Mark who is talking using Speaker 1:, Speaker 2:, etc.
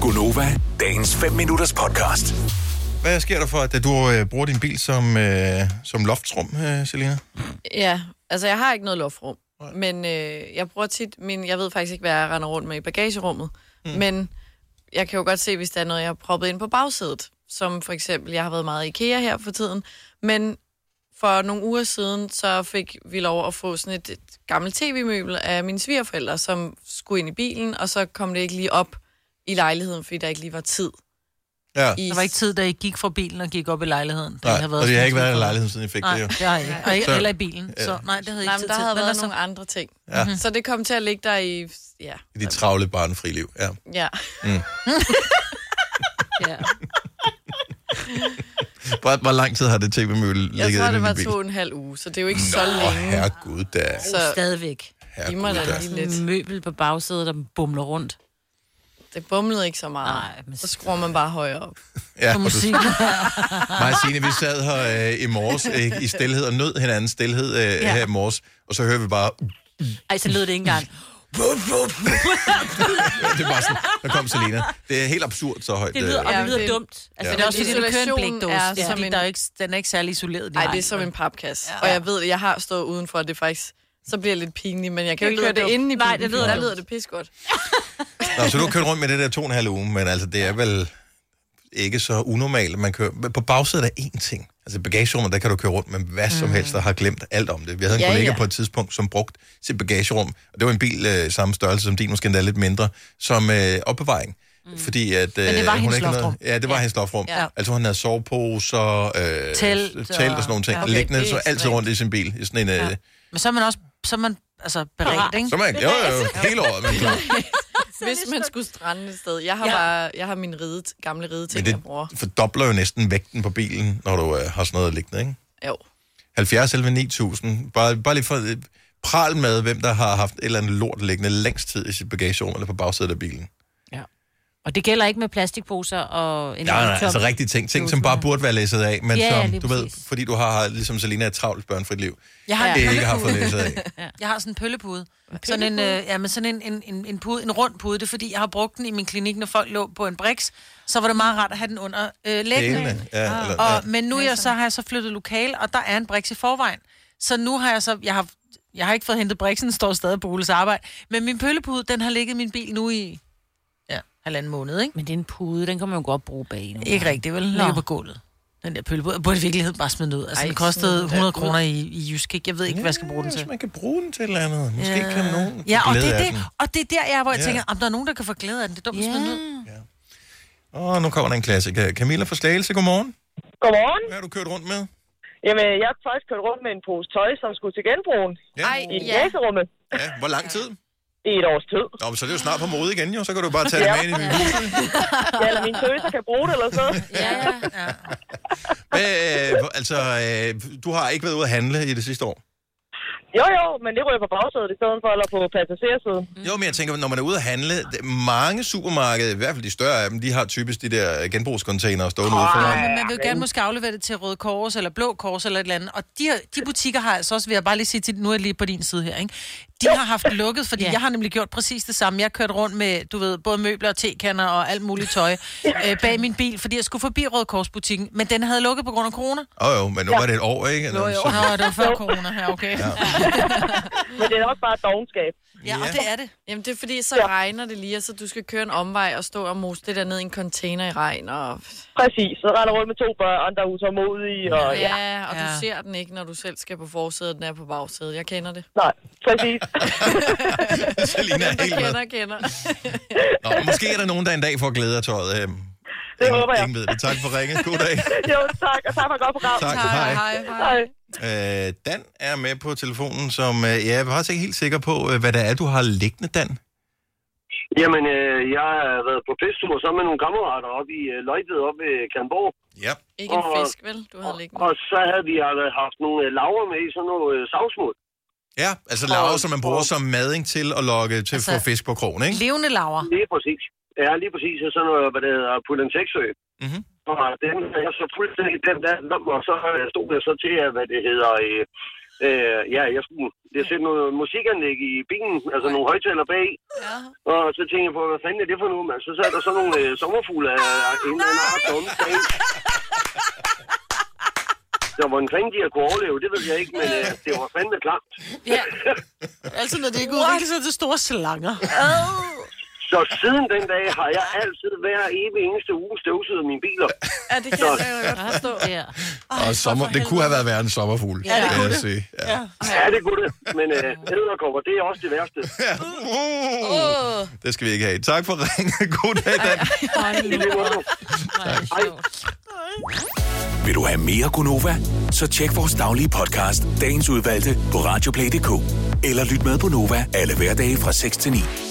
Speaker 1: Gunova, dagens 5 minutters podcast.
Speaker 2: Hvad sker der for, at du øh, bruger din bil som, øh, som loftrum, øh, Selina?
Speaker 3: Ja, altså jeg har ikke noget loftrum, men øh, jeg bruger tit min, jeg ved faktisk ikke, hvad jeg render rundt med i bagagerummet, mm. men jeg kan jo godt se, hvis der er noget, jeg har proppet ind på bagsædet, som for eksempel, jeg har været meget i IKEA her for tiden, men for nogle uger siden, så fik vi lov at få sådan et, et gammelt tv-møbel af mine svigerforældre, som skulle ind i bilen, og så kom det ikke lige op i lejligheden, fordi der ikke lige var tid.
Speaker 2: Ja.
Speaker 3: I,
Speaker 4: Der var ikke tid, da I gik fra bilen og gik op i lejligheden. Den
Speaker 2: Nej, og det har ikke været i lejligheden, siden jeg fik
Speaker 4: Nej,
Speaker 2: det jo.
Speaker 4: det har jeg ikke. Og ikke
Speaker 2: Så-
Speaker 4: eller i bilen. Så nej, det havde jeg
Speaker 3: nej, men
Speaker 4: ikke tid
Speaker 3: der
Speaker 4: til.
Speaker 3: havde
Speaker 4: Men altså-
Speaker 3: været nogle
Speaker 4: der
Speaker 3: andre ting.
Speaker 2: Ja. Mhm.
Speaker 3: Så det kom til at ligge der i, ja,
Speaker 2: I dit travle barnfri liv. Ja.
Speaker 3: ja.
Speaker 4: Ja.
Speaker 2: Hvor, hvor lang tid har det tv-mølle ligget
Speaker 3: Jeg tror,
Speaker 2: inde i
Speaker 3: det
Speaker 2: din
Speaker 3: var
Speaker 2: bil?
Speaker 3: to og en halv uge, så det er jo ikke Nå, så
Speaker 2: Åh,
Speaker 3: længe.
Speaker 2: herregud da.
Speaker 3: Så
Speaker 4: Stadigvæk. Mm.
Speaker 3: giv mig
Speaker 2: Herregud
Speaker 3: da
Speaker 2: da.
Speaker 3: lige lidt.
Speaker 4: Møbel på bagsædet, der bumler rundt.
Speaker 3: Det bumlede ikke så meget.
Speaker 4: Nej, men-
Speaker 3: Så skruer man bare højere op.
Speaker 2: Ja,
Speaker 4: På
Speaker 2: og du,
Speaker 4: musik.
Speaker 2: mig og Signe, vi sad her øh, i morges øh, i stillhed og nød hinandens stillhed øh, ja.
Speaker 4: Ja.
Speaker 2: her i morges, og så hører vi bare,
Speaker 4: Ej, så lød det ikke engang.
Speaker 2: det var sådan, der kom Selina. Det er helt absurd så højt. øh,
Speaker 4: Det lyder, og
Speaker 3: Ja,
Speaker 4: det lyder
Speaker 3: det-
Speaker 4: dumt.
Speaker 2: Ja.
Speaker 4: Altså, det er også fordi, det kører en
Speaker 3: Isolationen
Speaker 4: blækdåse.
Speaker 3: er
Speaker 4: Ja.
Speaker 3: som
Speaker 4: Fordi
Speaker 3: en-
Speaker 4: der er jo ikke, den er ikke særlig isoleret.
Speaker 3: Nej, det er som en papkasse. Og jeg ved, jeg har stået udenfor, og det er faktisk... Så bliver det lidt pinligt, men jeg kan jo
Speaker 4: Det
Speaker 3: ikke høre
Speaker 4: lyder
Speaker 3: det inde i bilen.
Speaker 4: dumt. Nej, det lyder
Speaker 3: Der
Speaker 4: dumt.
Speaker 3: lyder det pis godt.
Speaker 2: Nå, så du har kørt rundt med det der to og en halv uge, men altså, det er vel ikke så unormalt. Man kører, men på bagsædet er én ting. Altså i bagagerummet, der kan du køre rundt med hvad som helst, der har glemt alt om det. Vi havde en
Speaker 3: Ja,
Speaker 2: kollega
Speaker 3: ja.
Speaker 2: på et tidspunkt, som brugte sit bagagerum, og det var en bil øh, samme størrelse som din, måske endda lidt mindre, som øh, opbevaring. Mm. Fordi at, øh,
Speaker 4: det var hendes
Speaker 2: ikke havde-
Speaker 4: loftrum.
Speaker 2: Ja, det var ja. hendes lofrum. Ja.
Speaker 3: Ja.
Speaker 2: Altså hun havde soveposer, øh,
Speaker 4: Telt
Speaker 2: telt,
Speaker 4: og-
Speaker 2: telt og sådan nogle ting. Okay,
Speaker 3: Ja. Okay, det
Speaker 2: Liggende
Speaker 3: er
Speaker 2: så altid
Speaker 3: ekstremt.
Speaker 2: rundt i sin bil. I sådan en, øh, ja.
Speaker 4: Men så er man også så er man, altså, beredt, ikke?
Speaker 2: Så man, jo, jo, jo, hele året. Man klar.
Speaker 3: Hvis man skulle strande et sted. Jeg har
Speaker 4: Ja.
Speaker 3: bare... Jeg har mine ride, gamle rideting, jeg bruger.
Speaker 2: Men det fordobler jo næsten vægten på bilen, når du øh, har sådan noget liggende, ikke?
Speaker 3: Jo.
Speaker 2: 70 11 9000. Bare, bare lige for øh, pral med, hvem der har haft et eller andet lort liggende længst tid i sit bagagerum eller på bagsædet af bilen.
Speaker 5: Og det gælder ikke med plastikposer og en
Speaker 2: Nej, nej,
Speaker 5: laptop.
Speaker 2: altså rigtige ting. Ting, som bare burde være læsset af, men
Speaker 5: Ja, ja,
Speaker 2: som,
Speaker 5: lige
Speaker 2: du ved,
Speaker 5: præcis.
Speaker 2: fordi du har, ligesom Selina, et travlt børnefrit liv,
Speaker 4: Jeg har, en
Speaker 2: det ikke har
Speaker 4: pøllepude.
Speaker 2: fået læsset af.
Speaker 4: Jeg har sådan en pøllepude. Sådan en, øh, ja, men sådan en, en, en, en, pude, en rund pude. Det er fordi, jeg har brugt den i min klinik, når folk lå på en briks. Så var det meget rart at have den under øh, læggene.
Speaker 2: Dælene, ja, eller, ja.
Speaker 4: Og, men nu er jeg, så har jeg så flyttet lokal, og der er en briks i forvejen. Så nu har jeg så... Jeg har, jeg har ikke fået hentet briksen, den står stadig på Oles arbejde. Men min pøllepude, den har ligget i min bil nu i ja, halvanden måned, ikke?
Speaker 5: Men det er en pude, den kan man jo godt bruge bag nu.
Speaker 4: Ikke rigtigt, vel? Ligger på gulvet. Den der pøllepude. Jeg burde i virkeligheden bare smide den ud. Altså,
Speaker 3: Ej,
Speaker 4: den kostede
Speaker 3: smid den der
Speaker 4: 100
Speaker 3: ud.
Speaker 4: kroner i, i Jysk, ikke? Jeg ved ikke, hvad jeg skal bruge den
Speaker 2: Hvis
Speaker 4: til.
Speaker 2: man kan bruge den til et eller andet. Måske ja. kan nogen
Speaker 4: Ja,
Speaker 2: få
Speaker 4: og
Speaker 2: glæde
Speaker 4: det, er
Speaker 2: af
Speaker 4: det,
Speaker 2: den.
Speaker 4: og det er der, jeg, hvor jeg
Speaker 2: Ja.
Speaker 4: tænker, om der er nogen, der kan få glæde af den. Det er dumt at smide den ud.
Speaker 2: Åh, nu kommer der en klassiker. Camilla fra Slagelse, godmorgen.
Speaker 6: Godmorgen.
Speaker 2: Hvad har du kørt rundt med?
Speaker 6: Jamen, jeg har faktisk kørt rundt med en pose tøj, som skulle til genbrugen
Speaker 3: Ej,
Speaker 6: i
Speaker 3: ja.
Speaker 6: bagagerummet
Speaker 2: ja. Hvor lang tid?
Speaker 6: i et års tid.
Speaker 2: Nå, men så er det jo snart på mode igen, jo. Så kan du bare tage det med ind i din hus.
Speaker 6: Ja, eller mine tøser kan bruge det eller sådan noget.
Speaker 3: Ja, ja.
Speaker 2: Hvad, øh, altså, øh, du har ikke været ude at handle i det sidste år?
Speaker 6: Jo, jo, men det ryger på bagsædet i stedet for, eller på passagersiden.
Speaker 2: Jo, men jeg tænker, når man er ude at handle, det- mange supermarkeder, i hvert fald de større af dem, de har typisk de der genbrugscontainere stående
Speaker 6: Ah.
Speaker 2: ude foran.
Speaker 4: Men man vil jo gerne måske aflevere det til Røde Kors eller Blå Kors eller et eller andet. Og de, de butikker har altså også, vil jeg bare lige sige til, nu er jeg lige på din side her, ikke? De har haft lukket, fordi
Speaker 5: Ja.
Speaker 4: jeg har nemlig gjort præcis det samme. Jeg har kørt rundt med, du ved, både møbler og tekanner og alt muligt tøj øh, bag min bil, fordi jeg skulle forbi Røde Kors-butikken, men den havde lukket på grund af corona.
Speaker 2: Åh oh, jo, men nu var det et år, ikke? Nå, så-
Speaker 4: Nå, det var før corona her, okay. Ja,
Speaker 6: Men det er nok bare et dogenskab.
Speaker 4: ja og det er det.
Speaker 3: Jamen, det er fordi, så regner det lige, og så du skal køre en omvej og stå og mose det der ned i en container i regn. Og,
Speaker 6: Præcis, så render rundt med to børn, der er utålmodige, og ja,
Speaker 3: ja, og du
Speaker 4: Ja.
Speaker 3: ser den ikke, når du selv skal på forsædet, den er på bagsædet. Jeg kender det.
Speaker 6: nej, præcis.
Speaker 2: Selina er helt med.
Speaker 3: Kender, kender.
Speaker 2: Nå, måske er der nogen, der en dag får glæde af tøjet. øhm.
Speaker 6: Det
Speaker 2: Ingen-
Speaker 6: håber jeg.
Speaker 2: Ingen ved det. Tak for ringet. God dag.
Speaker 6: jo, tak, og tak for et godt program.
Speaker 2: Tak. Hej.
Speaker 3: Hej, hej, hej.
Speaker 6: Hej.
Speaker 2: Øh, Dan er med på telefonen, som øh, jeg er faktisk ikke helt sikker på, øh, hvad det er, du har liggende, Dan.
Speaker 7: Jamen, øh, jeg har været på festtur sammen med nogle kammerater oppe i øh, Løjtet oppe ved Kalmborg.
Speaker 2: Ja.
Speaker 3: Ikke en
Speaker 7: Og-
Speaker 3: fisk, vel, du havde liggende?
Speaker 7: Og så havde vi øh, haft nogle øh, laver med i sådan noget øh, savsmuld.
Speaker 2: Ja, altså laver,
Speaker 7: Og-
Speaker 2: som man bruger
Speaker 7: og-
Speaker 2: som mading til at lokke til at få
Speaker 4: Altså-
Speaker 2: fisk på krogen, ikke?
Speaker 4: Levende laver.
Speaker 7: Lige præcis. Ja, lige præcis. Og sådan noget, hvad det hedder, Pulentexø.
Speaker 2: Mhm.
Speaker 7: Og den er jeg så fuldstændig den der nummer, og så øh, stod jeg så til, at, hvad det hedder, øh, Øh, ja, jeg skulle jeg sætte noget musikanlæg i bilen, altså nogle højtaler bag.
Speaker 3: Ja.
Speaker 7: Og så tænkte jeg på, hvad fanden er det for noget, mand? Så sad der sådan nogle øh, sommerfugle af en eller anden art dumme bag. Så hvordan fanden de har kunne overleve, det ved jeg ikke, men øh, det var fandme klamt.
Speaker 4: Ja. Altså, når det ikke udvikler sig til store slanger.
Speaker 7: Så siden den dag har jeg altid hver evig eneste uge støvsuget mine biler.
Speaker 3: ja, det kan jeg da godt forstå.
Speaker 5: Ja.
Speaker 2: Og sommer, det kunne have været værre en sommerfugl. Ja, det kunne det. Ja.
Speaker 7: Ja, det kunne det. Men øh, æderkopper, det er også det værste.
Speaker 2: Ja. Uh, det skal vi ikke have. Tak for ringen. God dag, Dan.
Speaker 7: I lige måde.
Speaker 1: Vil du have mere Gunova? Så tjek vores daglige podcast, dagens udvalgte, på radioplay.dk. Eller lyt med på Nova alle hverdage fra 6 til 9.